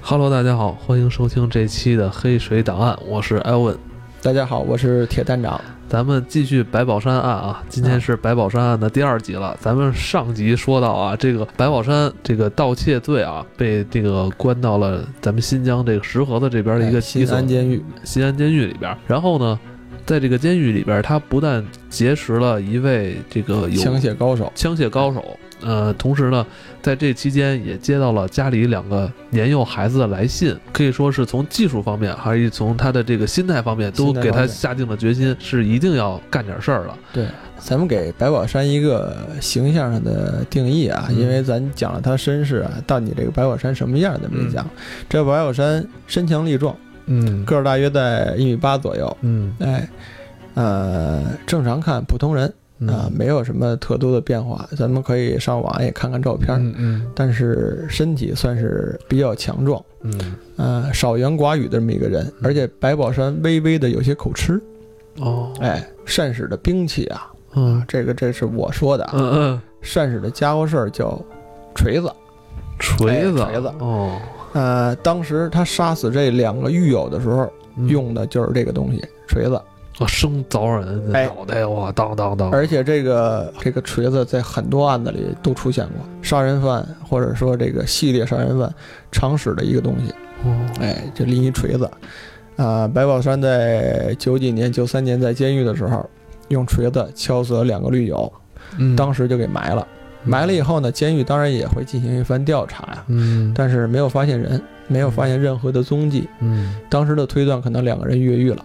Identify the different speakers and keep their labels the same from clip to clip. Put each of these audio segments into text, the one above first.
Speaker 1: Hello，大家好，欢迎收听这期的《黑水档案》，我是艾文。
Speaker 2: 大家好，我是铁蛋长。
Speaker 1: 咱们继续白宝山案啊，今天是白宝山案的第二集了。咱们上集说到啊，这个白宝山这个盗窃罪啊，被这个关到了咱们新疆这个石河子这边的一个
Speaker 2: 哎
Speaker 1: 一
Speaker 2: 新
Speaker 1: 所
Speaker 2: 安监狱，
Speaker 1: 西安监狱里边儿。然后呢，在这个监狱里边儿，他不但结识了一位这个有
Speaker 2: 枪械高手，
Speaker 1: 枪械高手，呃，同时呢，在这期间也接到了家里两个年幼孩子的来信，可以说是从技术方面，还是从他的这个心态方面，都
Speaker 2: 心态
Speaker 1: 给
Speaker 2: 方
Speaker 1: 他
Speaker 2: 面
Speaker 1: 下定了决心，是一定要干点事儿了。
Speaker 2: 咱们给白宝山一个形象上的定义啊，
Speaker 1: 嗯
Speaker 2: 因为咱讲了他身世啊，到底这个白宝山什么样咱没讲。这白宝山身强力壮，
Speaker 1: 嗯
Speaker 2: 个儿大约在一米八左右，
Speaker 1: 嗯
Speaker 2: 哎，呃，正常看普通人
Speaker 1: 嗯
Speaker 2: 啊、没有什么特多的变化。咱们可以上网也看看照片儿，
Speaker 1: 嗯嗯
Speaker 2: 但是身体算是比较强壮，
Speaker 1: 嗯
Speaker 2: 呃，少言寡语的这么一个人，而且白宝山微微的有些口吃，
Speaker 1: 哦
Speaker 2: 哎，善使的兵器啊，
Speaker 1: 嗯
Speaker 2: 这个这是我说的啊，
Speaker 1: 嗯嗯，
Speaker 2: 善使的家伙事儿叫锤子。
Speaker 1: 锤子
Speaker 2: 哎锤子
Speaker 1: 哦，
Speaker 2: 呃，当时他杀死这两个狱友的时候，
Speaker 1: 嗯
Speaker 2: 用的就是这个东西，锤子。
Speaker 1: 哦生凿人的
Speaker 2: 哎
Speaker 1: 脑袋哇当当当，
Speaker 2: 而且这个这个锤子在很多案子里都出现过，杀人犯或者说这个系列杀人犯常使的一个东西。
Speaker 1: 哦
Speaker 2: 哎，就拎一锤子。啊、白宝山在九几年、九三年在监狱的时候，用锤子敲死了两个狱友，
Speaker 1: 嗯
Speaker 2: 当时就给埋了。埋了以后呢，监狱当然也会进行一番调查呀、
Speaker 1: 嗯
Speaker 2: 但是没有发现人，没有发现任何的踪迹。
Speaker 1: 嗯
Speaker 2: 当时的推断可能两个人越狱了，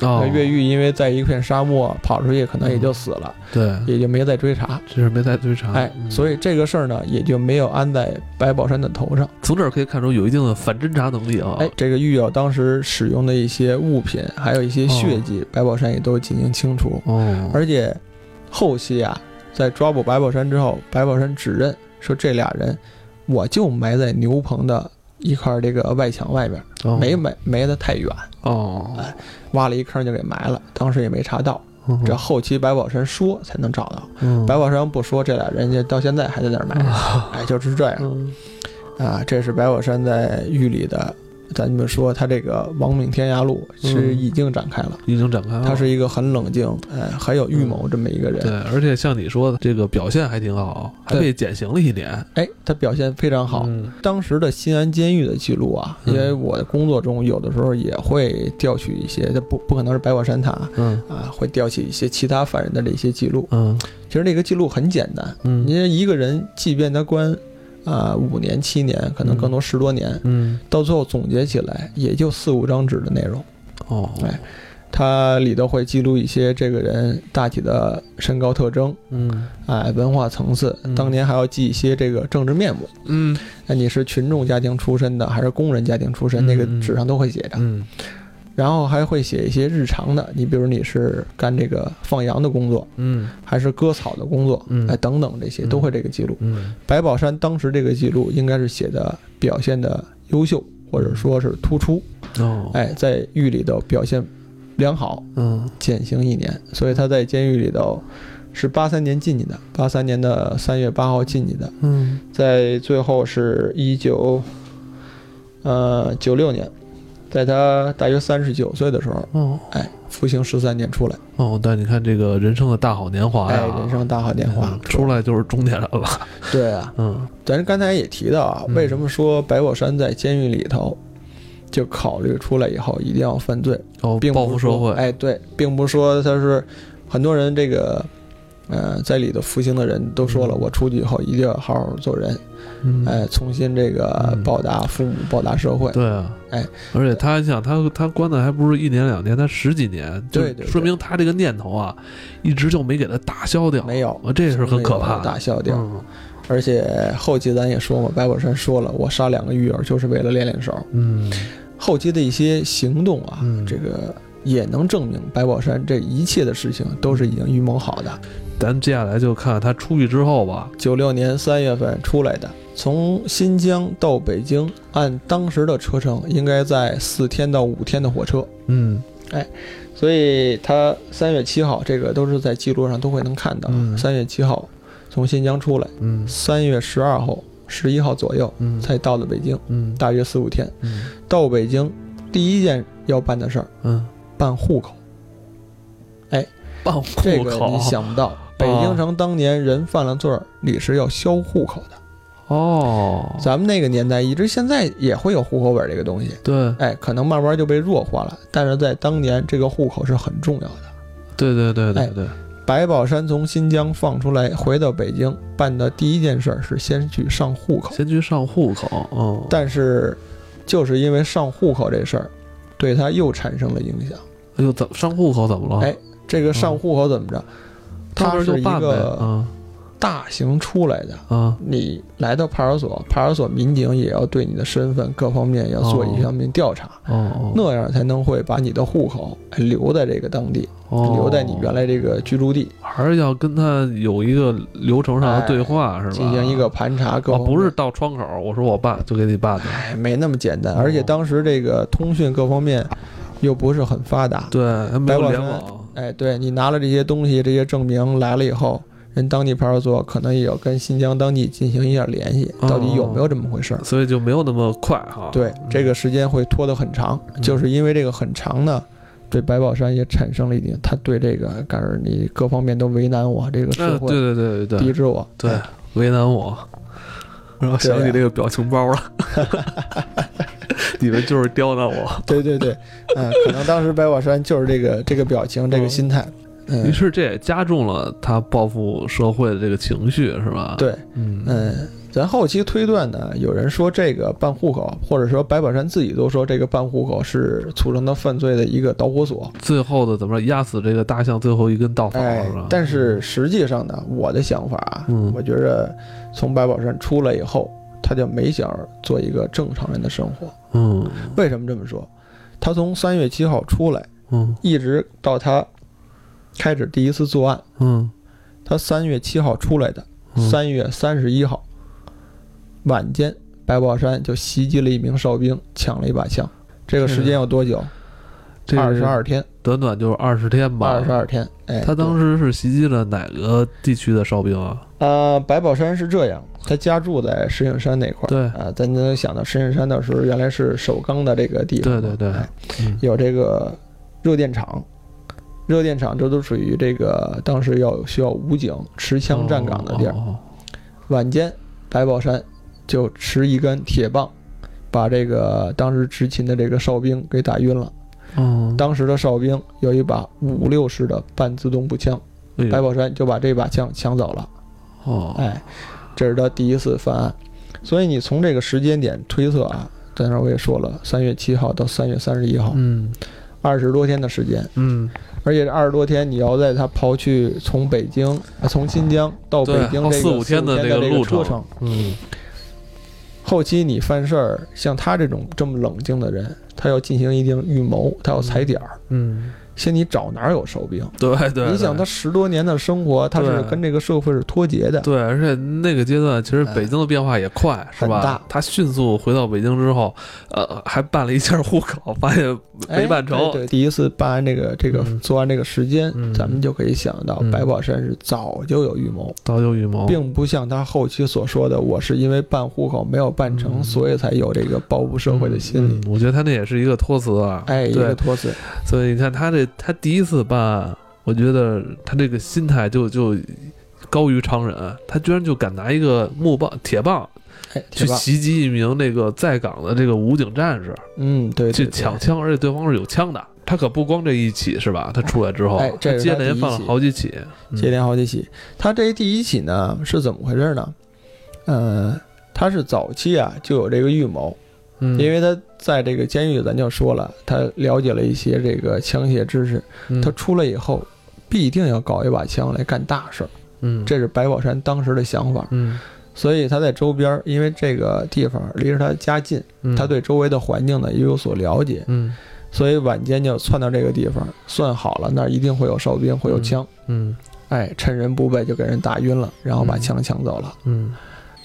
Speaker 1: 哦
Speaker 2: 那越狱因为在一片沙漠跑出去，可能也就死了，
Speaker 1: 对，
Speaker 2: 也就没再追查。
Speaker 1: 这是没在追查
Speaker 2: 哎，
Speaker 1: 嗯
Speaker 2: 所以这个事儿呢，也就没有安在白宝山的头上。
Speaker 1: 从这儿可以看出有一定的反侦查能力啊。
Speaker 2: 哎，这个狱友当时使用的一些物品，还有一些血迹，白宝山也都进行清除。
Speaker 1: 哦，
Speaker 2: 而且后期啊，在抓捕白宝山之后，白宝山指认说这俩人，我就埋在牛棚的一块这个外墙外边，
Speaker 1: 哦
Speaker 2: 没哎埋埋得太远，
Speaker 1: 哦，
Speaker 2: 挖了一坑就给埋了。当时也没查到，
Speaker 1: 嗯
Speaker 2: 这后期白宝山说才能找到。
Speaker 1: 嗯
Speaker 2: 白宝山不说，这俩人家到现在还在那儿埋
Speaker 1: 哦
Speaker 2: 着。哎，就是这样
Speaker 1: 嗯
Speaker 2: 啊，这是白宝山在狱里的。咱们说他这个亡命天涯路
Speaker 1: 嗯
Speaker 2: 是
Speaker 1: 哦
Speaker 2: 已经展开了，
Speaker 1: 已经展开了。
Speaker 2: 他是一个很冷静，哎，很有预谋这么一个人。
Speaker 1: 对，而且像你说的，这个表现还挺好，还
Speaker 2: 对
Speaker 1: 被减刑了一年。
Speaker 2: 哎，他表现非常好。
Speaker 1: 嗯
Speaker 2: 当时的新安监狱的记录啊，
Speaker 1: 嗯
Speaker 2: 因为我的工作中有的时候也会调取一些，这不不可能是白宝山塔
Speaker 1: 嗯
Speaker 2: 啊，会调取一些其他犯人的这些记录。
Speaker 1: 嗯
Speaker 2: 其实那个记录很简单，
Speaker 1: 嗯
Speaker 2: 因为一个人即便他关啊五年七年，可能更多十多年，
Speaker 1: 嗯
Speaker 2: 到最后总结起来也就四五张纸的内容。
Speaker 1: 哦
Speaker 2: 哎它里头会记录一些这个人大体的身高特征，
Speaker 1: 嗯
Speaker 2: 哎，文化层次
Speaker 1: 嗯，
Speaker 2: 当年还要记一些这个政治面目。
Speaker 1: 嗯
Speaker 2: 那你是群众家庭出身的，还是工人家庭出身？
Speaker 1: 嗯
Speaker 2: 那个纸上都会写着，
Speaker 1: 嗯
Speaker 2: 然后还会写一些日常的，你比如你是干这个放羊的工作，
Speaker 1: 嗯
Speaker 2: 还是割草的工作，
Speaker 1: 嗯
Speaker 2: 哎，等等这些
Speaker 1: 嗯
Speaker 2: 都会这个记录。
Speaker 1: 嗯
Speaker 2: 白宝山当时这个记录应该是写的表现的优秀，或者说是突出，
Speaker 1: 哦
Speaker 2: 哎，在狱里头表现良好，
Speaker 1: 嗯
Speaker 2: 减刑一年，所以他在监狱里头是八三年进去的，八三年的三月八号进去的，
Speaker 1: 嗯
Speaker 2: 在最后是一九，呃，九六年，在他大约三十九岁的时候，
Speaker 1: 哦
Speaker 2: 哎，服刑十三年出来，
Speaker 1: 哦，但你看这个人生的大好年华呀，
Speaker 2: 哎，人生大好年华
Speaker 1: 嗯，出来就是中年人了。
Speaker 2: 对啊，
Speaker 1: 嗯
Speaker 2: 咱刚才也提到啊，
Speaker 1: 嗯
Speaker 2: 为什么说白宝山在监狱里头？就考虑出来以后一定要犯罪，
Speaker 1: 哦
Speaker 2: 并，
Speaker 1: 报
Speaker 2: 不
Speaker 1: 复
Speaker 2: 是说
Speaker 1: 社会。
Speaker 2: 哎，对，并不是说他是很多人这个，呃，在里头服刑的人都说了，
Speaker 1: 嗯
Speaker 2: 我出去以后一定要好好做人，
Speaker 1: 嗯
Speaker 2: 哎，重新这个
Speaker 1: 嗯
Speaker 2: 报答父母，报答社会。
Speaker 1: 对啊，
Speaker 2: 哎，
Speaker 1: 而且他你想，他他关的还不是一年两年，他十几年，就
Speaker 2: 对对对
Speaker 1: 说明他这个念头啊，一直就没给他打消掉，
Speaker 2: 没有
Speaker 1: 啊，这是很可怕的，
Speaker 2: 打消掉。
Speaker 1: 嗯
Speaker 2: 而且后期咱也说嘛，白宝山说了，我杀两个狱友就是为了练练手。
Speaker 1: 嗯
Speaker 2: 后期的一些行动啊，
Speaker 1: 嗯
Speaker 2: 这个也能证明白宝山这一切的事情都是已经预谋好的。
Speaker 1: 咱接下来就看他出狱之后吧，
Speaker 2: 九六年三月份出来的，从新疆到北京，按当时的车程应该在四天到五天的火车。
Speaker 1: 嗯
Speaker 2: 所以他三月七号，这个都是在记录上都会能看到
Speaker 1: 嗯。
Speaker 2: 三月七号从新疆出来，
Speaker 1: 嗯
Speaker 2: 三月十二号十一号左右
Speaker 1: 嗯
Speaker 2: 才到的北京，
Speaker 1: 嗯
Speaker 2: 大约四五天。
Speaker 1: 嗯
Speaker 2: 到北京，第一件要办的事儿，
Speaker 1: 嗯，
Speaker 2: 办户口。哎
Speaker 1: 办
Speaker 2: 这
Speaker 1: 户
Speaker 2: 个
Speaker 1: 口
Speaker 2: 你想 不到，北京城当年人犯了罪儿，你是要销户口的。
Speaker 1: 哦，
Speaker 2: 咱们那个年代，一直现在也会有户口本这个东西，
Speaker 1: 对
Speaker 2: 哎，可能慢慢就被弱化了，但是在当年，这个户口是很重要的。
Speaker 1: 对对对
Speaker 2: 哎
Speaker 1: 对对，
Speaker 2: 白宝山从新疆放出来，回到北京办的第一件事儿是先去上户口，
Speaker 1: 先去上户口，嗯，
Speaker 2: 但是就是因为上户口这事儿，对他又产生了影响。
Speaker 1: 哎呦，怎么上户口怎么了？
Speaker 2: 哎这个上户口怎么着？
Speaker 1: 嗯到那
Speaker 2: 它
Speaker 1: 儿就是
Speaker 2: 一
Speaker 1: 办呗，
Speaker 2: 个
Speaker 1: 啊
Speaker 2: 大型出来的，
Speaker 1: 啊，
Speaker 2: 你来到派出所，派出所民警也要对你的身份各方面要做一方面调查，
Speaker 1: 哦哦，
Speaker 2: 那样才能会把你的户口留在这个当地，
Speaker 1: 哦
Speaker 2: 留在你原来这个居住地，
Speaker 1: 还是要跟他有一个流程上的对话，是吧？
Speaker 2: 哎进行一个盘查各
Speaker 1: 哦，
Speaker 2: 方面。
Speaker 1: 不是到窗口，我说我办就给你办的，
Speaker 2: 哎，没那么简
Speaker 1: 哦
Speaker 2: 单，而且当时这个通讯各方面又不是很发达。
Speaker 1: 对，还没有
Speaker 2: 白宝
Speaker 1: 联
Speaker 2: 山
Speaker 1: 网，
Speaker 2: 哎，对你拿了这些东西、这些证明来了以后，人当地派出所可能也要跟新疆当地进行一下联系，
Speaker 1: 哦
Speaker 2: 到底有没有这么回事儿？
Speaker 1: 所以就没有那么快哈。
Speaker 2: 对，这
Speaker 1: 个
Speaker 2: 个时间会拖得很长，
Speaker 1: 嗯
Speaker 2: 就是因为这个很长呢。对白宝山也产生了一定，他对这个，感觉你各方面都为难我，这个社
Speaker 1: 嗯，
Speaker 2: 会嗯
Speaker 1: 对对对对
Speaker 2: 抵
Speaker 1: 对
Speaker 2: 制我，
Speaker 1: 对，为难 我，然后想起这个表情包了，你们就是刁难我。
Speaker 2: 对对对，嗯，可能当时白宝山就是这个这个表情，这个
Speaker 1: 嗯
Speaker 2: 心态，
Speaker 1: 于
Speaker 2: 嗯，
Speaker 1: 是这也加重了他报复社会的这个情绪，是吧？，
Speaker 2: 对，
Speaker 1: 嗯
Speaker 2: 嗯，咱后期推断呢，有人说这个办户口，或者说白宝山自己都说这个办户口是促成他犯罪的一个导火索。
Speaker 1: 最后的怎么着压死这个大象最后一根稻草
Speaker 2: 哎
Speaker 1: 是吧？，
Speaker 2: 但是实际上呢，我的想法啊，
Speaker 1: 嗯
Speaker 2: 我觉着从白宝山出来以后，他就没想做一个正常人的生活。
Speaker 1: 嗯
Speaker 2: 为什么这么说？他从三月七号出来，
Speaker 1: 嗯
Speaker 2: 一直到他开始第一次作案，
Speaker 1: 嗯
Speaker 2: 他三月七号出来的，
Speaker 1: 嗯
Speaker 2: 三月三十一号晚间，白宝山就袭击了一名哨兵，抢了一把枪。这个时间有多久？
Speaker 1: 这
Speaker 2: 二十二天，
Speaker 1: 短短就是二十天吧。
Speaker 2: 二十二天。哎，
Speaker 1: 他当
Speaker 2: 时
Speaker 1: 时是袭击了哪个地区的哨兵啊？
Speaker 2: 呃，白宝山是这样，他家住在石景山那块儿。
Speaker 1: 对
Speaker 2: 啊，咱能想到石景山那时候原来是首钢的这个地方嘛，
Speaker 1: 对对对
Speaker 2: 哎
Speaker 1: 嗯
Speaker 2: 有这个热电厂。热电厂这都属于这个当时要需要武警持枪站岗的地儿，
Speaker 1: 哦
Speaker 2: 晚间，白宝山就持一根铁棒，把这个当时执勤的这个哨兵给打晕了。
Speaker 1: 哦哦，
Speaker 2: 当时的哨兵有一把五六式的半自动步枪，
Speaker 1: 嗯
Speaker 2: 白宝山就把这把枪抢走了。
Speaker 1: 哦，
Speaker 2: 哎，这是他第一次犯案，所以你从这个时间点推测啊，在那儿我也说了，三月七号到三月三十一号，
Speaker 1: 嗯
Speaker 2: 二十多天的时间，
Speaker 1: 嗯，
Speaker 2: 而且这二十多天你要在他刨去从北京、呃从新疆到北
Speaker 1: 对，
Speaker 2: 京
Speaker 1: 哦
Speaker 2: 这个
Speaker 1: 四五天的
Speaker 2: 这
Speaker 1: 这个
Speaker 2: 个
Speaker 1: 路
Speaker 2: 车
Speaker 1: 程，嗯
Speaker 2: 后期你犯事儿，像他这种这么冷静的人，他要进行一定预谋，他要踩点儿，
Speaker 1: 嗯，
Speaker 2: 先你找哪儿有手柄？
Speaker 1: 对对对，
Speaker 2: 你想他十多年的生活，他是
Speaker 1: 对
Speaker 2: 跟这个社会是脱节的。
Speaker 1: 对，而且那个阶段其实
Speaker 2: 哎
Speaker 1: 北京的变化也快，是
Speaker 2: 很
Speaker 1: 吧
Speaker 2: 大？
Speaker 1: 他迅速回到北京之后，呃，还办了一下户口，发现
Speaker 2: 哎
Speaker 1: 没办成，
Speaker 2: 对对第一次办案这个这个
Speaker 1: 嗯
Speaker 2: 作案这个时间，
Speaker 1: 嗯
Speaker 2: 咱们就可以想到
Speaker 1: 嗯哦
Speaker 2: 白宝山是早就有预谋，
Speaker 1: 早有预谋，
Speaker 2: 并不像他后期所说的，我是因为办户口没有办成，
Speaker 1: 嗯
Speaker 2: 所以才有这个报复社会的心理。
Speaker 1: 嗯嗯我觉得他那也是一个托词啊，
Speaker 2: 哎，一
Speaker 1: 对
Speaker 2: 个，托词，
Speaker 1: 所以你看他这他第一次办案，我觉得他这个心态就就高于常人，他居然就敢拿一个木棒、铁棒
Speaker 2: 哎，
Speaker 1: 去
Speaker 2: 铁棒，
Speaker 1: 袭击一名那个在岗的这个武警战士，
Speaker 2: 嗯，对，对
Speaker 1: 去
Speaker 2: 对
Speaker 1: 抢枪，而且对方是有枪的。他可不光这一起是吧？他出来之后，
Speaker 2: 哎这是他
Speaker 1: 接连
Speaker 2: 第一
Speaker 1: 犯了
Speaker 2: 起
Speaker 1: 好几起，嗯
Speaker 2: 接连好几起。他这第一起呢是怎么回事呢？呃，他是早期啊就有这个预谋，
Speaker 1: 嗯，
Speaker 2: 因为他在这个监狱，咱就说了，他了解了一些这个枪械知识，
Speaker 1: 嗯
Speaker 2: 他出来以后必定要搞一把枪来干大事儿，
Speaker 1: 嗯
Speaker 2: 这是白宝山当时的想法。
Speaker 1: 嗯
Speaker 2: 所以他在周边儿，因为这个地方离着他家近，
Speaker 1: 嗯
Speaker 2: 他对周围的环境呢也有所了解，
Speaker 1: 嗯
Speaker 2: 所以晚间就窜到这个地方，算好了那儿一定会有哨兵，会有
Speaker 1: 嗯
Speaker 2: 枪。
Speaker 1: 嗯
Speaker 2: 哎，趁人不备就给人打晕了，然后把
Speaker 1: 嗯
Speaker 2: 枪抢走了。
Speaker 1: 嗯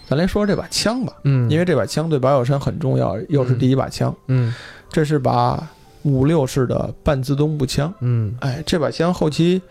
Speaker 2: 咱来说这把枪吧，
Speaker 1: 嗯，
Speaker 2: 因为这把枪对白小山很重要，又是第一把枪，
Speaker 1: 嗯
Speaker 2: 这是把五六式的半自动步枪。
Speaker 1: 嗯
Speaker 2: 哎，这把枪后期，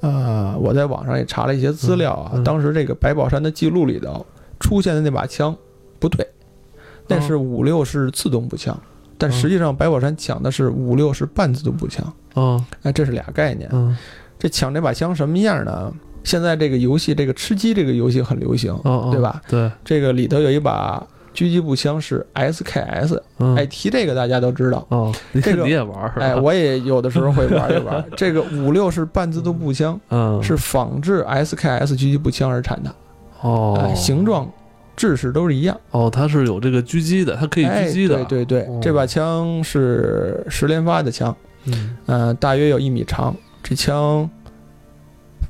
Speaker 2: 呃，我在网上也查了一些资料啊，
Speaker 1: 嗯嗯
Speaker 2: 当时这个白宝山的记录里头出现的那把枪不对，
Speaker 1: 哦
Speaker 2: 但是五六是自动步枪，但实际上白宝山抢的是五六是半自动步枪，
Speaker 1: 嗯
Speaker 2: 哎，这是俩概念。
Speaker 1: 嗯
Speaker 2: 这抢这把枪什么样呢？现在这个游戏，这个吃鸡这个游戏很流行，
Speaker 1: 嗯，
Speaker 2: 对吧？
Speaker 1: 对，
Speaker 2: 这个里头有一把狙击步枪是 SKS，
Speaker 1: 嗯
Speaker 2: 哎，提这个大家都知道。
Speaker 1: 哦，你
Speaker 2: 这个
Speaker 1: 你也玩 儿是吧？
Speaker 2: 哎，我也有的时候会玩一 玩。这个五六是半自动步枪，
Speaker 1: 嗯
Speaker 2: 是仿制 SKS 狙击步枪而产的，
Speaker 1: 哦
Speaker 2: 哎，形状、制式都是一样，
Speaker 1: 哦，它是有这个狙击的，它可以
Speaker 2: 哎
Speaker 1: 狙击的，
Speaker 2: 对对
Speaker 1: 哦
Speaker 2: 对，这把枪是十连发的枪，
Speaker 1: 嗯
Speaker 2: 嗯，大约有一米长，这枪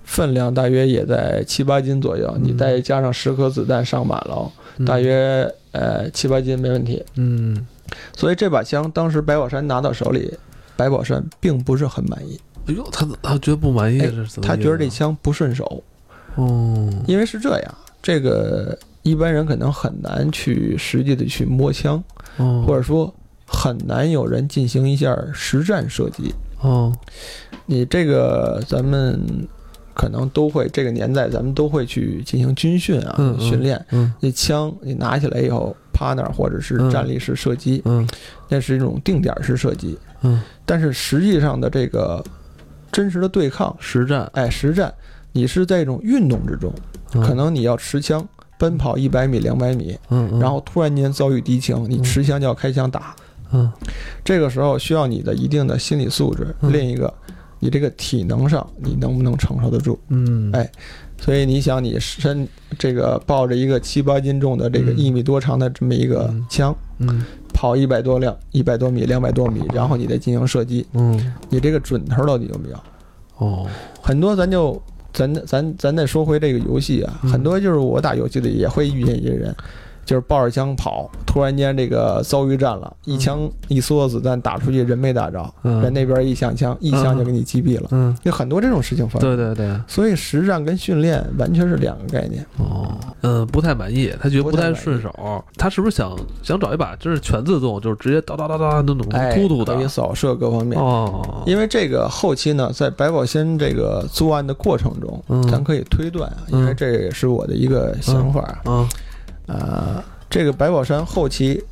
Speaker 2: 分量大约也在七八斤左右，你
Speaker 1: 嗯
Speaker 2: 再加上十颗子弹上满了，
Speaker 1: 嗯
Speaker 2: 大约呃七八斤没问题。
Speaker 1: 嗯
Speaker 2: 所以这把枪当时白宝山拿到手里，白宝山并不是很满意，
Speaker 1: 哎呦，他他觉得不满意，
Speaker 2: 哎
Speaker 1: 这是怎么意思啊？
Speaker 2: 他觉得这枪不顺手，
Speaker 1: 哦，
Speaker 2: 因为是这样，这个一般人可能很难去实际的去摸枪，
Speaker 1: 哦
Speaker 2: 或者说很难有人进行一下实战射击。
Speaker 1: 哦，
Speaker 2: 你这个咱们可能都会，这个年代咱们都会去进行军训啊，
Speaker 1: 嗯嗯
Speaker 2: 训练。
Speaker 1: 嗯
Speaker 2: 你枪你拿起来以后趴那儿，或者是
Speaker 1: 嗯
Speaker 2: 站立式射击，
Speaker 1: 嗯
Speaker 2: 那是一种定点式射击。
Speaker 1: 嗯，
Speaker 2: 但是实际上的这个真实的对抗，
Speaker 1: 实战
Speaker 2: 哎，实战你是在一种运动之中，可能你要持枪奔跑一百米、两百米，
Speaker 1: 嗯，嗯
Speaker 2: 然后突然间遭遇敌情，你
Speaker 1: 嗯
Speaker 2: 持枪就要开枪打，
Speaker 1: 嗯
Speaker 2: 这个时候需要你的一定的心理素质。
Speaker 1: 嗯
Speaker 2: 另一个，你这个体能上你能不能承受得住？
Speaker 1: 嗯
Speaker 2: 哎所以你想，你身这个抱着一个七八斤重的这个
Speaker 1: 嗯
Speaker 2: 一米多长的这么一个
Speaker 1: 嗯
Speaker 2: 枪，
Speaker 1: 嗯
Speaker 2: 跑一百多辆一百多米、两百多米，然后你再进行射击，
Speaker 1: 嗯
Speaker 2: 你这个准头到底有没有？
Speaker 1: 哦
Speaker 2: 很多咱就。咱咱咱再说回这个游戏啊，
Speaker 1: 嗯
Speaker 2: 很多就是我打游戏里也会遇见一些人，就是抱着枪跑，突然间这个遭遇战了，一枪一梭子弹打出去，人没打着，
Speaker 1: 嗯
Speaker 2: 人那边一响枪，一枪就给你击毙了。
Speaker 1: 嗯，
Speaker 2: 有很多这种事情发生。
Speaker 1: 对对对，
Speaker 2: 所以实战跟训练完全是两个概念。
Speaker 1: 哦，嗯，不太满意，他觉得
Speaker 2: 不
Speaker 1: 不
Speaker 2: 太
Speaker 1: 太
Speaker 2: 满意
Speaker 1: 顺手，他是不是想想找一把就是全自动，就是直接哒哒哒哒那种
Speaker 2: 哎，
Speaker 1: 突突的啊
Speaker 2: 可？以扫射各方面。
Speaker 1: 哦，
Speaker 2: 因为这个后期呢，在白宝仙这个作案的过程中，
Speaker 1: 嗯
Speaker 2: 咱可以推断啊，
Speaker 1: 嗯
Speaker 2: 因为这也是我的一个想法
Speaker 1: 啊
Speaker 2: 啊。这个白宝山后期，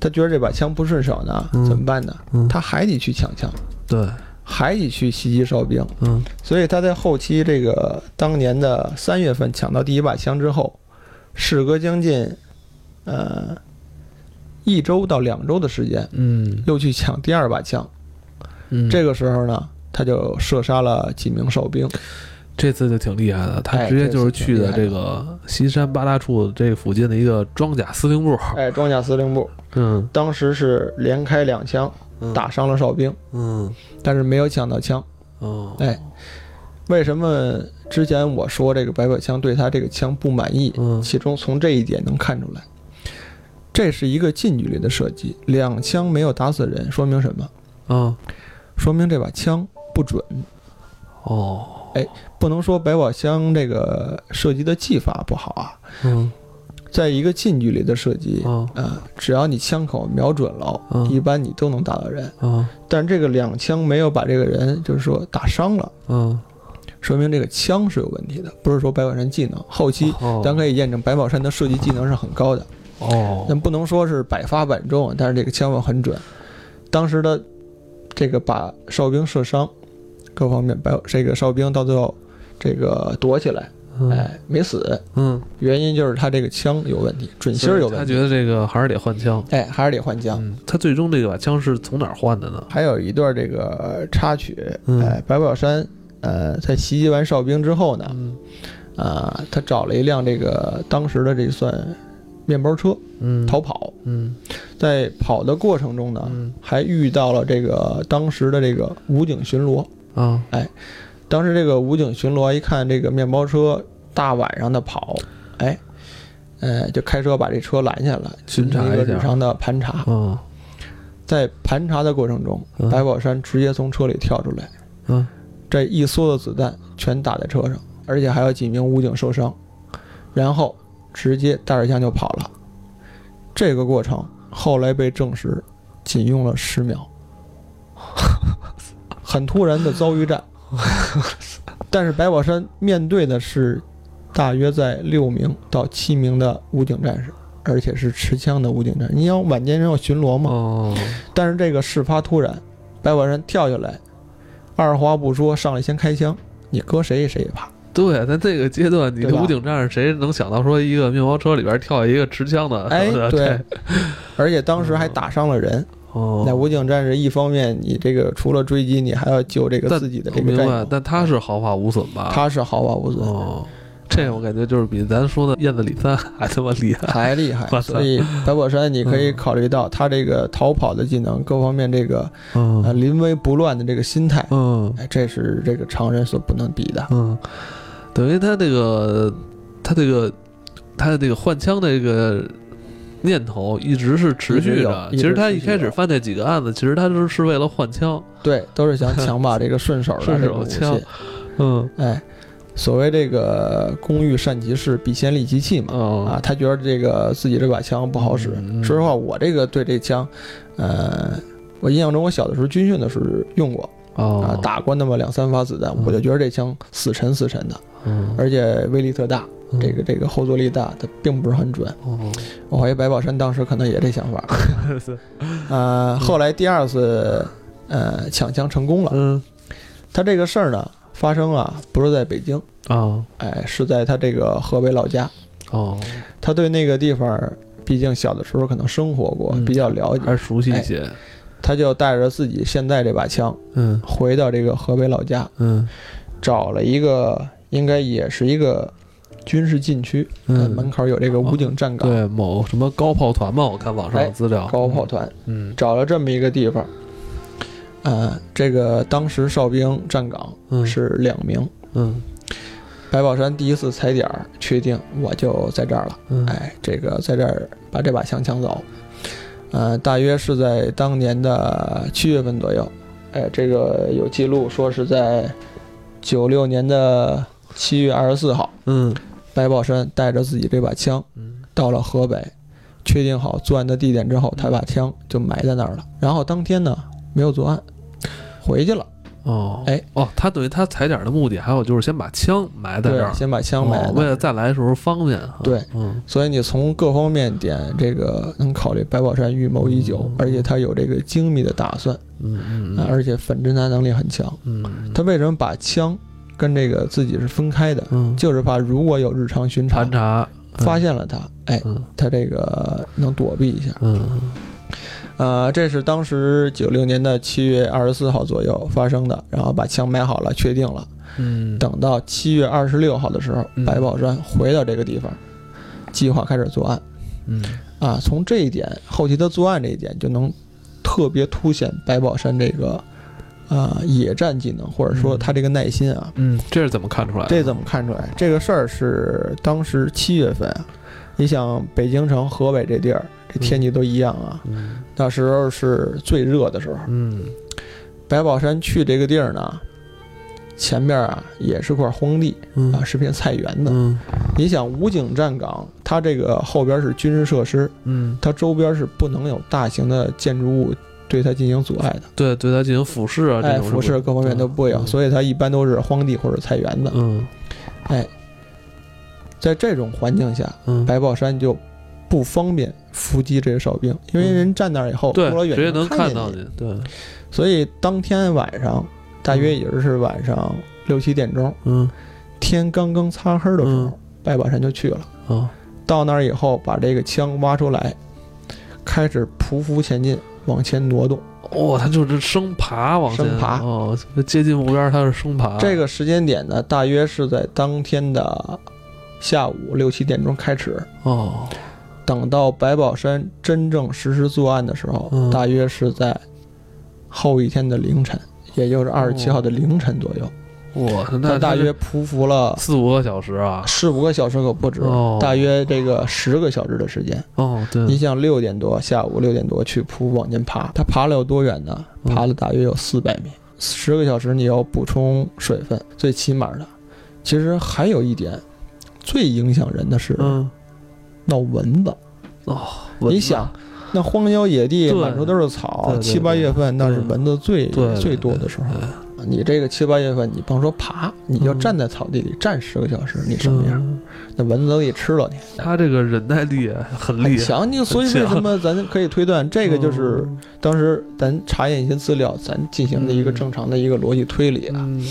Speaker 2: 他觉得这把枪不顺手呢，
Speaker 1: 嗯
Speaker 2: 怎么办呢？
Speaker 1: 嗯，
Speaker 2: 他还得去抢枪，
Speaker 1: 对，
Speaker 2: 还得去袭击哨兵。
Speaker 1: 嗯
Speaker 2: 所以他在后期这个当年的三月份抢到第一把枪之后，事隔将近呃一周到两周的时间，
Speaker 1: 嗯
Speaker 2: 又去抢第二把枪。
Speaker 1: 嗯，
Speaker 2: 这个时候呢，他就射杀了几名哨兵。
Speaker 1: 这次就挺厉害的，他
Speaker 2: 哎
Speaker 1: 直接就是
Speaker 2: 这次
Speaker 1: 去
Speaker 2: 挺厉
Speaker 1: 的
Speaker 2: 害的
Speaker 1: 这个西山八大处这附近的一个装甲司令部，
Speaker 2: 哎，装甲司令部
Speaker 1: 嗯，
Speaker 2: 当时是连开两枪
Speaker 1: 嗯
Speaker 2: 打伤了哨兵，
Speaker 1: 嗯
Speaker 2: 但是没有抢到枪。
Speaker 1: 哦，
Speaker 2: 哎，为什么之前我说这个白宝枪对他这个枪不满意？
Speaker 1: 嗯
Speaker 2: 其中从这一点能看出来，这是一个近距离的射击，两枪没有打死人，说明什么？
Speaker 1: 嗯
Speaker 2: 说明这把枪不准。
Speaker 1: 哦
Speaker 2: 不能说百宝箱这个射击的技法不好啊，
Speaker 1: 嗯
Speaker 2: 在一个近距离的射击，
Speaker 1: 哦
Speaker 2: 呃，只要你枪口瞄准了，
Speaker 1: 嗯
Speaker 2: 一般你都能打到人。
Speaker 1: 哦
Speaker 2: 但这个两枪没有把这个人就是说打伤了，
Speaker 1: 嗯，
Speaker 2: 说明这个枪是有问题的，不是说百宝山技能。后期
Speaker 1: 哦
Speaker 2: 咱可以验证百宝山的射击技能是很高的。
Speaker 1: 哦
Speaker 2: 但不能说是百发百中，啊但是这个枪法很准。当时的这个把哨兵射伤，各方面白这个哨兵到最后这个躲起来，
Speaker 1: 嗯
Speaker 2: 哎，没死，
Speaker 1: 嗯，
Speaker 2: 原因就是他这个枪有问题，准心儿有
Speaker 1: 他
Speaker 2: 问
Speaker 1: 觉
Speaker 2: 题。
Speaker 1: 得这个还是得换枪，
Speaker 2: 哎，还是得换枪。
Speaker 1: 嗯，他最终这个把枪是从哪儿换的呢？
Speaker 2: 还有一段这个插曲，
Speaker 1: 嗯
Speaker 2: 哎，白宝山，呃，在袭击完哨兵之后呢，
Speaker 1: 嗯
Speaker 2: 啊、他找了一辆这个当时的这算面包车
Speaker 1: 嗯，
Speaker 2: 逃跑，
Speaker 1: 嗯
Speaker 2: 在跑的过程中呢，
Speaker 1: 嗯
Speaker 2: 还遇到了这个当时的这个武警巡逻。
Speaker 1: 啊
Speaker 2: 当时这个武警巡逻一看这个面包车大晚上的跑，哎，呃，就开车把这车拦下来，
Speaker 1: 巡查
Speaker 2: 进行
Speaker 1: 一
Speaker 2: 一
Speaker 1: 下
Speaker 2: 个日常的盘查。
Speaker 1: 嗯
Speaker 2: 在盘查的过程中，
Speaker 1: 嗯
Speaker 2: 白宝山直接从车里跳出来，
Speaker 1: 嗯
Speaker 2: 这一梭子子弹全打在车上，而且还有几名武警受伤，然后直接带着枪就跑了。这个过程后来被证实，仅用了十秒， 很突然的遭遇战。但是白宝山面对的是大约在六名到七名的武警战士，而且是持枪的武警战。你想晚间人要巡逻嘛？
Speaker 1: 哦，
Speaker 2: 但是这个事发突然，白宝山跳下来，二话不说上来先开枪，你搁谁谁也怕。
Speaker 1: 对，在这个阶段，你
Speaker 2: 对
Speaker 1: 的
Speaker 2: 吧
Speaker 1: 武警战士谁能想到说一个面包车里边跳一个持枪的？，
Speaker 2: 哎 对，而且当时还打伤了人。
Speaker 1: 嗯哦，
Speaker 2: 那武警战士一方面你这个除了追击，你还要救这个自己的
Speaker 1: 我
Speaker 2: 这个
Speaker 1: 明
Speaker 2: 战
Speaker 1: 白
Speaker 2: 友，，
Speaker 1: 但他是毫发无损吧？
Speaker 2: 他是毫发无损，
Speaker 1: 哦，这我感觉就是比咱说的燕子李三还他妈厉害。
Speaker 2: 还厉害。
Speaker 1: 哇塞嗯
Speaker 2: 所以白宝山，你可以考虑到他这个逃跑的技能，各方面这个呃
Speaker 1: 嗯
Speaker 2: 临危不乱的这个心态，
Speaker 1: 嗯
Speaker 2: 哎，这是这个常人所不能比的。
Speaker 1: 嗯，等于他这个他这个他这个换枪的这个念头一直是持续的。
Speaker 2: 一直有一直
Speaker 1: 其实他一
Speaker 2: 持续有
Speaker 1: 开始犯这几个案子，其实他就是是为了换枪。
Speaker 2: 对，都是想抢把这个顺手的
Speaker 1: 顺
Speaker 2: 这
Speaker 1: 手
Speaker 2: 个武
Speaker 1: 枪
Speaker 2: 器。
Speaker 1: 嗯
Speaker 2: 哎，所谓这个“工欲善其事，必先利其器”嘛。
Speaker 1: 嗯
Speaker 2: 啊，他觉得这个自己这把枪不好使。
Speaker 1: 嗯
Speaker 2: 说实话，我这个对这枪，呃，我印象中我小的时候军训的时候用过啊
Speaker 1: 哦，
Speaker 2: 打过那么两三发子弹，
Speaker 1: 嗯
Speaker 2: 我就觉得这枪死沉死沉的，
Speaker 1: 嗯
Speaker 2: 而且威力特大，这个这个后坐力大，它并不是很准。
Speaker 1: 哦，
Speaker 2: 我怀疑白宝山当时可能也这想法。 呃，后来第二次呃抢枪成功了，
Speaker 1: 嗯
Speaker 2: 他这个事儿呢发生啊不是在北京，
Speaker 1: 啊
Speaker 2: 哎，是在他这个河北老家。
Speaker 1: 哦，
Speaker 2: 他对那个地方，毕竟小的时候可能生活过，
Speaker 1: 嗯
Speaker 2: 比较了解，
Speaker 1: 还是熟悉一些。
Speaker 2: 哎他就带着自己现在这把枪
Speaker 1: 嗯
Speaker 2: 回到这个河北老家，
Speaker 1: 嗯
Speaker 2: 找了一个应该也是一个军事禁区，呃门
Speaker 1: 嗯，哦
Speaker 2: 口有这个武警站岗、
Speaker 1: 对，某什么高炮团嘛，我看网上的资料。
Speaker 2: 哎高炮团，
Speaker 1: 嗯
Speaker 2: 找了这么一个地方。呃，这个当时哨兵站岗
Speaker 1: 嗯
Speaker 2: 是两名，
Speaker 1: 嗯
Speaker 2: 白宝山第一次踩点儿，确定我就在这儿了。
Speaker 1: 嗯
Speaker 2: 哎，这个在这儿把这把枪抢走。呃，大约是在当年的七月份左右。哎，这个有记录说是在九六年的七月二十四号，
Speaker 1: 嗯
Speaker 2: 白宝山带着自己这把枪
Speaker 1: 嗯
Speaker 2: 到了河北，确定好作案的地点之后，他把枪就埋在那儿了。然后当天呢，没有作案，回去了。
Speaker 1: 哦，
Speaker 2: 哎
Speaker 1: 哦，他等于他踩点的目的，还有就是先把枪埋在
Speaker 2: 对
Speaker 1: 这儿，，
Speaker 2: 先把枪埋
Speaker 1: 哦
Speaker 2: 在那
Speaker 1: 为
Speaker 2: 儿。
Speaker 1: 了再来的时候方便。
Speaker 2: 对，
Speaker 1: 嗯
Speaker 2: 所以你从各方面点，这个能考虑白宝山预谋已久
Speaker 1: 嗯，
Speaker 2: 而且他有这个精密的打算。
Speaker 1: 嗯
Speaker 2: 啊
Speaker 1: 嗯，
Speaker 2: 而且反侦查能力很强。
Speaker 1: 嗯嗯，
Speaker 2: 他为什么把枪跟这个自己是分开的？
Speaker 1: 嗯
Speaker 2: 就是怕如果有日常巡查
Speaker 1: 盘查
Speaker 2: 发，现了他，哎，
Speaker 1: 嗯
Speaker 2: 他这个能躲避一下。
Speaker 1: 嗯
Speaker 2: 呃，这是当时九六年的七月二十四号左右发生的，然后把枪买好了，确定了。
Speaker 1: 嗯，
Speaker 2: 等到七月二十六号的时候，
Speaker 1: 嗯
Speaker 2: 白宝山回到这个地方，计划开始作案。
Speaker 1: 嗯
Speaker 2: 啊，从这一点，后期他作案这一点就能特别凸显白宝山这个啊、呃野战技能，或者
Speaker 1: 嗯
Speaker 2: 说他这个耐心啊。
Speaker 1: 嗯，这是怎么看出来的？
Speaker 2: 这怎么看出来？这个事儿是当时七月份啊，你想北京城、河北这地儿，这天气都一样啊，
Speaker 1: 嗯
Speaker 2: 那时候是最热的时候。
Speaker 1: 嗯
Speaker 2: 白宝山去这个地儿呢，前面啊也是块荒地
Speaker 1: 嗯
Speaker 2: 啊，是片菜园子。
Speaker 1: 嗯
Speaker 2: 你想武警站岗，它这个后边是军事设施，
Speaker 1: 嗯，
Speaker 2: 它周边是不能有大型的建筑物对它进行阻碍的，
Speaker 1: 对，对他进行俯视啊，这
Speaker 2: 哎，
Speaker 1: 种是
Speaker 2: 辐
Speaker 1: 不
Speaker 2: 射各方面都不会有，
Speaker 1: 嗯
Speaker 2: 所以它一般都是荒地或者菜园子。
Speaker 1: 嗯
Speaker 2: 在这种环境下，
Speaker 1: 嗯，
Speaker 2: 白宝山就不方便伏击这些哨兵，因为
Speaker 1: 嗯
Speaker 2: 人站那儿以后，
Speaker 1: 对
Speaker 2: 过了，
Speaker 1: 直接
Speaker 2: 远
Speaker 1: 能
Speaker 2: 能
Speaker 1: 看到
Speaker 2: 见你，
Speaker 1: 你，对，
Speaker 2: 所以当天晚上，大约也就是晚上六七点钟，
Speaker 1: 嗯
Speaker 2: 天刚刚擦黑的时候
Speaker 1: 嗯，
Speaker 2: 白宝山就去了。
Speaker 1: 哦
Speaker 2: 到那儿以后，把这个枪挖出来，开始匍匐前进，往前挪动。
Speaker 1: 哦，他就是生爬往前
Speaker 2: 生爬
Speaker 1: 哦，接近目标他是生爬，
Speaker 2: 这个时间点呢，大约是在当天的下午六七点钟开始。
Speaker 1: 哦
Speaker 2: 等到白宝山真正实施作案的时候，
Speaker 1: 嗯
Speaker 2: 大约是在后一天的凌晨，也就是二十七号的凌晨左右。
Speaker 1: 哇，
Speaker 2: 他
Speaker 1: 哦那
Speaker 2: 大
Speaker 1: 是
Speaker 2: 约匍匐了
Speaker 1: 四五个小时啊，
Speaker 2: 四五个小时，可不止，
Speaker 1: 哦
Speaker 2: 大约这个十个小时的时间。
Speaker 1: 哦对，
Speaker 2: 你想六点多，下午六点多去匍往前爬，他爬了有多远呢？
Speaker 1: 嗯
Speaker 2: 爬了大约有四百米，十个小时你要补充水分，最起码的。其实还有一点，最影响人的是
Speaker 1: 嗯
Speaker 2: 闹蚊子。
Speaker 1: 哦，蚊
Speaker 2: 你
Speaker 1: 子
Speaker 2: 想，那荒郊野地
Speaker 1: 对
Speaker 2: 满处都是
Speaker 1: 对
Speaker 2: 草，
Speaker 1: 对
Speaker 2: 七八
Speaker 1: 对
Speaker 2: 月份那是蚊子最
Speaker 1: 对对
Speaker 2: 最多的时候
Speaker 1: 对
Speaker 2: 你这个七八月份，你甭说爬，你就
Speaker 1: 嗯
Speaker 2: 站在草地里站十个小时，你什么样？
Speaker 1: 嗯
Speaker 2: 那蚊子都给吃了你。
Speaker 1: 他这个忍耐力很
Speaker 2: 很
Speaker 1: 厉害，
Speaker 2: 强，你所以
Speaker 1: 很
Speaker 2: 为
Speaker 1: 强
Speaker 2: 什么咱可以推断这个就是
Speaker 1: 嗯
Speaker 2: 当时咱查验一些资料，咱进行的一个
Speaker 1: 嗯
Speaker 2: 正常的一个逻辑推理啊。
Speaker 1: 嗯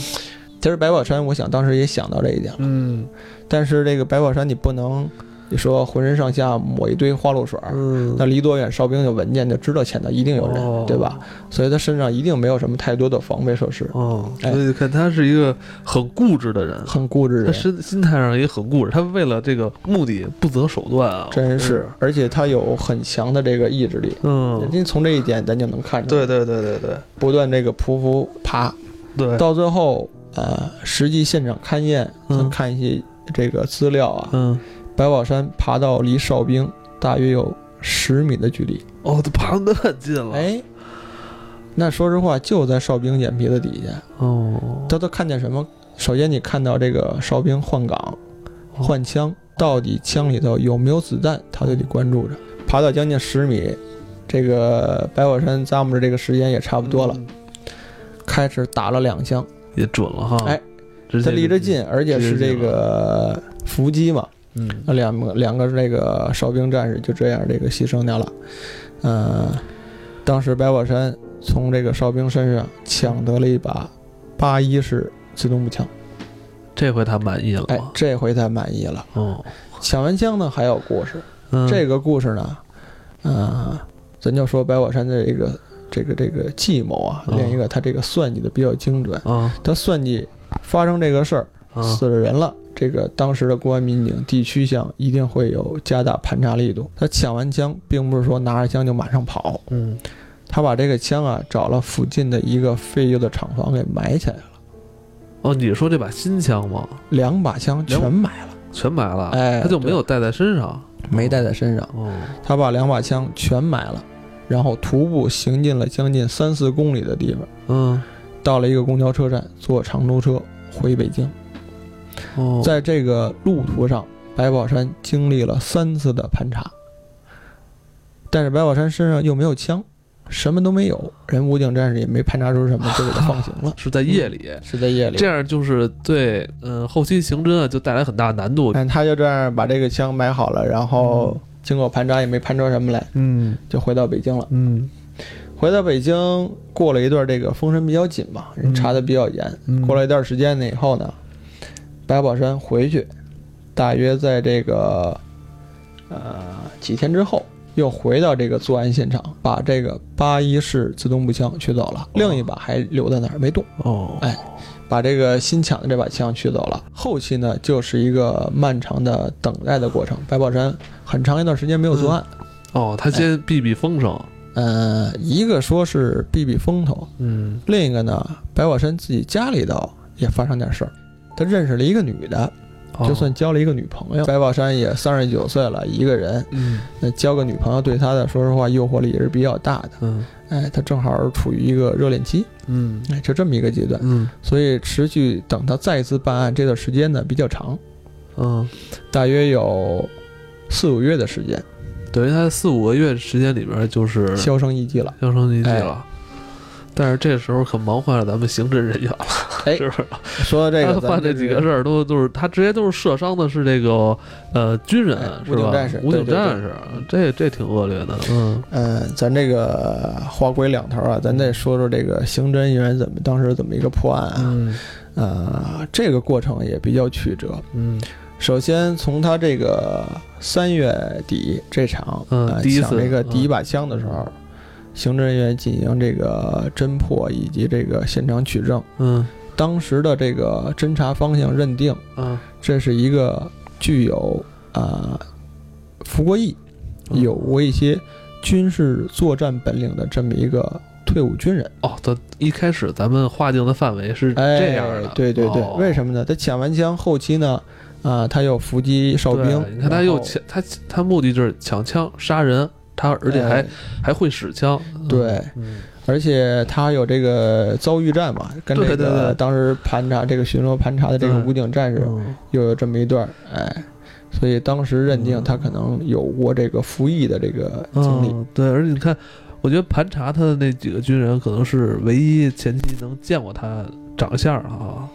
Speaker 2: 其实白宝山，我想当时也想到这一点，
Speaker 1: 嗯
Speaker 2: 但是这个白宝山你不能，你说浑身上下抹一堆花露水儿，
Speaker 1: 嗯，哦
Speaker 2: 那离多远哨兵就闻见就知道潜到一定有人，对吧？？所以他身上一定没有什么太多的防备设施，
Speaker 1: 哦，
Speaker 2: 哎
Speaker 1: 所以看他是一个很固执的人，
Speaker 2: 很固执
Speaker 1: 他
Speaker 2: 人，
Speaker 1: 心心态上也很固执，他为了这个目的不择手段啊，
Speaker 2: 真是，而且他有很强的这个意志力。
Speaker 1: 嗯，嗯，
Speaker 2: 人家从这一点咱就能看出来，
Speaker 1: 对对对对对
Speaker 2: 不断这个匍匐爬，
Speaker 1: 对，
Speaker 2: 到最后，呃，实际现场勘验，
Speaker 1: 嗯
Speaker 2: 咱看一些这个资料啊，
Speaker 1: 嗯，
Speaker 2: 白宝山爬到离哨兵大约有十米的距离，
Speaker 1: 哦，他爬得很近了，，
Speaker 2: 哎，那说实话，就在哨兵眼皮子底下，
Speaker 1: 哦，
Speaker 2: 他都看见什么？首先，你看到这个哨兵换岗、
Speaker 1: 哦
Speaker 2: 换枪，到底枪里头有没有子弹，他就得关注着。爬到将近十米，这个白宝山咂摸着这个时间也差
Speaker 1: 差
Speaker 2: 不多了，，开始打了两枪。
Speaker 1: 嗯也准了哈，
Speaker 2: 哎，
Speaker 1: 直接
Speaker 2: 他离着近，而且是这个伏击嘛，
Speaker 1: 嗯，
Speaker 2: 那两个两个这个哨兵战士就这样这个牺牲掉了。呃，当时白宝山从这个哨兵身上抢得了一把八一式自动步枪，
Speaker 1: 这回他满意了
Speaker 2: 哎
Speaker 1: 吗，？
Speaker 2: 这回他满意了。
Speaker 1: 哦，
Speaker 2: 抢完枪呢还有故事，
Speaker 1: 嗯
Speaker 2: 这个故事呢，呃，咱就说白宝山的这个这个这个计谋啊，
Speaker 1: 嗯
Speaker 2: 另一个他这个算计的比较精准，
Speaker 1: 啊
Speaker 2: 他算计发生这个事儿。
Speaker 1: 啊，
Speaker 2: 死了人了，这个当时的公安民警、地区项一定会有加大盘查力度。他抢完枪，并不是说拿着枪就马上跑，
Speaker 1: 嗯，
Speaker 2: 他把这个枪啊找了附近的一个废旧的厂房给埋起来了，
Speaker 1: 哦，你说这把新枪吗？
Speaker 2: 两把枪全买了，
Speaker 1: 全买了，
Speaker 2: 哎
Speaker 1: 他就没有带在身上，
Speaker 2: 没带在身上。
Speaker 1: 哦，
Speaker 2: 他把两把枪全买了，然后徒步行进了将近三四公里的地方，
Speaker 1: 嗯，
Speaker 2: 到了一个公交车站，坐长途车回北京。
Speaker 1: 哦，。
Speaker 2: 在这个路途上，白宝山经历了三次的盘查，但是白宝山身上又没有枪，什么都没有，人武警战士也没盘查出什么，就给他放行了
Speaker 1: 是在夜里，
Speaker 2: 是在夜里，
Speaker 1: 这样就是对，嗯、后期刑侦啊就带来很大的难度。
Speaker 2: 嗯，他就这样把这个枪买好了，然后经过盘查也没盘出什么来，
Speaker 1: 嗯
Speaker 2: 就回到北京了。
Speaker 1: 嗯
Speaker 2: 回到北京，过了一段这个封神比较紧嘛，人
Speaker 1: 嗯
Speaker 2: 查的比较严。
Speaker 1: 嗯
Speaker 2: 过了一段时间呢以后呢，白宝山回去，大约在这个呃几天之后，又回到这个作案现场，把这个八一式自动步枪取走了，另一把还留在那儿没动，
Speaker 1: 哦，
Speaker 2: 哎把这个新抢的这把枪取走了。后期呢，就是一个漫长的等待的过程，白宝山很长一段时间没有作案。
Speaker 1: 哦，他先避避风声，
Speaker 2: 呃，一个说是避避风头，
Speaker 1: 嗯
Speaker 2: 另一个呢，白宝山自己家里头也发生点事儿，他认识了一个女的，
Speaker 1: 哦
Speaker 2: 就算交了一个女朋友，白宝山也三十九岁了，一个人，
Speaker 1: 嗯
Speaker 2: 那交个女朋友对他的，说实话诱惑力也是比较大的。
Speaker 1: 嗯
Speaker 2: 哎，他正好是处于一个热恋期，
Speaker 1: 嗯
Speaker 2: 哎，就这么一个阶段，
Speaker 1: 嗯
Speaker 2: 所以持续等他再一次办案这段时间呢比较长，
Speaker 1: 嗯，
Speaker 2: 大约有四五月的时间，
Speaker 1: 等于他四五个月时间里边就是销
Speaker 2: 销声匿迹了。
Speaker 1: 声匿迹
Speaker 2: 哎
Speaker 1: 了。但是这时候可忙坏了咱们刑侦人员了，
Speaker 2: 哎
Speaker 1: 是不是？
Speaker 2: 说到 这
Speaker 1: 他
Speaker 2: 个，
Speaker 1: 犯这几个事儿都都是他直接都是射伤的是这个呃军人
Speaker 2: 哎
Speaker 1: 是
Speaker 2: 武警
Speaker 1: 吧
Speaker 2: 战士？
Speaker 1: 武警
Speaker 2: 对对对
Speaker 1: 战士，这这挺恶劣的。嗯
Speaker 2: 嗯，咱这个话归两头啊，咱再说说这个刑侦人员怎么当时怎么一个破案啊，
Speaker 1: 嗯
Speaker 2: 呃，这个过程也比较曲折。
Speaker 1: 嗯
Speaker 2: 首先从他这个三月底这场
Speaker 1: 嗯
Speaker 2: 呃
Speaker 1: 第一次
Speaker 2: 抢这个
Speaker 1: 嗯
Speaker 2: 第一把枪的时候，刑侦人员进行这个侦破以及这个现场取证。
Speaker 1: 嗯
Speaker 2: 当时的这个侦查方向认定，
Speaker 1: 啊，
Speaker 2: 这是一个具有啊服过役、
Speaker 1: 嗯
Speaker 2: 有过一些军事作战本领的这么一个退伍军人。
Speaker 1: 哦，他一开始咱们划定的范围是
Speaker 2: 哎，
Speaker 1: 这样的，
Speaker 2: 对对对，
Speaker 1: 哦
Speaker 2: 为什么呢？他抢完枪后期呢，啊、他又伏击哨
Speaker 1: 对
Speaker 2: 兵，
Speaker 1: 你看他
Speaker 2: 然后
Speaker 1: 又抢他他目的就是抢枪杀人，他而且还、
Speaker 2: 哎
Speaker 1: 还会使枪，嗯
Speaker 2: 对，
Speaker 1: 嗯
Speaker 2: 而且他有这个遭遇战嘛，跟这个
Speaker 1: 对对对
Speaker 2: 当时盘查这个巡逻盘查的这个
Speaker 1: 对
Speaker 2: 武警战士
Speaker 1: 嗯
Speaker 2: 又有这么一段儿，哎，所以当时认定
Speaker 1: 嗯
Speaker 2: 他可能有过这个服役的这个经历。
Speaker 1: 嗯，对，而且你看我觉得盘查他的那几个军人，可能是唯一前期能见过他长相啊。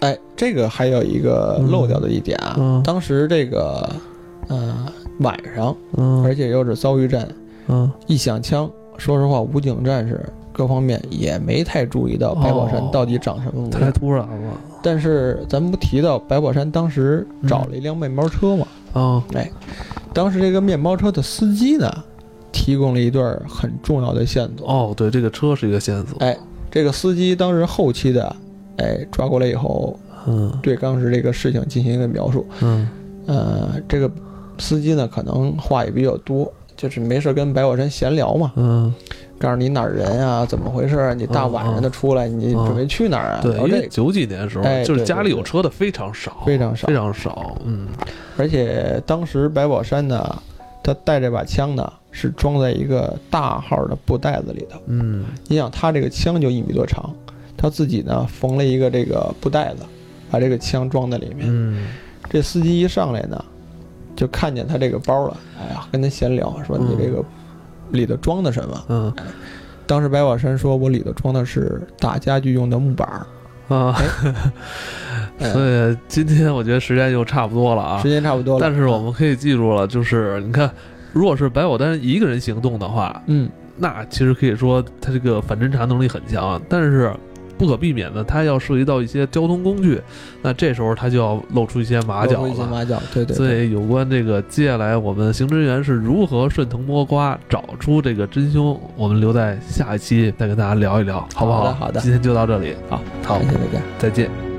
Speaker 2: 哎，这个还有一个漏掉的一点啊，
Speaker 1: 嗯嗯
Speaker 2: 当时这个呃晚上，而
Speaker 1: 嗯
Speaker 2: 且又是遭遇战，
Speaker 1: 嗯，
Speaker 2: 一响枪，说实话，武警战士各方面也没太注意到白宝
Speaker 1: 哦
Speaker 2: 山到底长什么模
Speaker 1: 太
Speaker 2: 样。
Speaker 1: 突然了。
Speaker 2: 但是咱们不提到白宝山当时找
Speaker 1: 嗯
Speaker 2: 了一辆面包车嘛，
Speaker 1: 啊
Speaker 2: 当时这个面包车的司机呢，提供了一段很重要的线索。
Speaker 1: 哦，对，这个车是一个线索。
Speaker 2: 哎这个司机当时后期的，哎，抓过来以后，
Speaker 1: 嗯
Speaker 2: 对当时这个事情进行一个描述。
Speaker 1: 嗯
Speaker 2: 呃，这个司机呢，可能话也比较多，就是没事跟白宝山闲聊嘛，
Speaker 1: 嗯，
Speaker 2: 告诉你哪儿人啊，怎么回事啊，你大晚上的出来，你准备去哪儿啊？
Speaker 1: 对，
Speaker 2: 然后
Speaker 1: 因
Speaker 2: 这
Speaker 1: 为
Speaker 2: 个
Speaker 1: 九几年的时候，
Speaker 2: 哎
Speaker 1: 就是
Speaker 2: 对
Speaker 1: 家里
Speaker 2: 对
Speaker 1: 有车的非常少，
Speaker 2: 非常少
Speaker 1: 非，常少。嗯
Speaker 2: 而且当时白宝山呢，他带这把枪呢，是装在一个大号的布袋子里头。
Speaker 1: 嗯
Speaker 2: 你想，他这个枪就一米多长，他自己呢缝了一个这个布袋子，把这个枪装在里面。
Speaker 1: 嗯
Speaker 2: 这司机一上来呢，就看见他这个包了，哎呀，跟他闲聊说你这个里头装的什么？
Speaker 1: 嗯
Speaker 2: 当时白宝山说，我里头装的是打家具用的木板儿。
Speaker 1: 啊，
Speaker 2: 哎
Speaker 1: 所以今天我觉得时间就差不多了啊
Speaker 2: 时。间差不多了，
Speaker 1: 但是我们可以记住了，就是你看，如果是白宝丹一个人行动的话，
Speaker 2: 嗯，
Speaker 1: 那其实可以说他这个反侦查能力很强，但是不可避免的，他要涉及到一些交通工具，那这时候他就要露出一些马脚
Speaker 2: 露出一些
Speaker 1: 了。
Speaker 2: 马脚，对对
Speaker 1: 所
Speaker 2: 对，
Speaker 1: 以，有关这个接下来我们刑侦员是如何顺藤摸瓜找出这个真凶，我们留在下一期再跟大家聊一聊，好不
Speaker 2: 好的好的
Speaker 1: 今天就到这里，好，好
Speaker 2: 感，谢大家。
Speaker 1: 再见。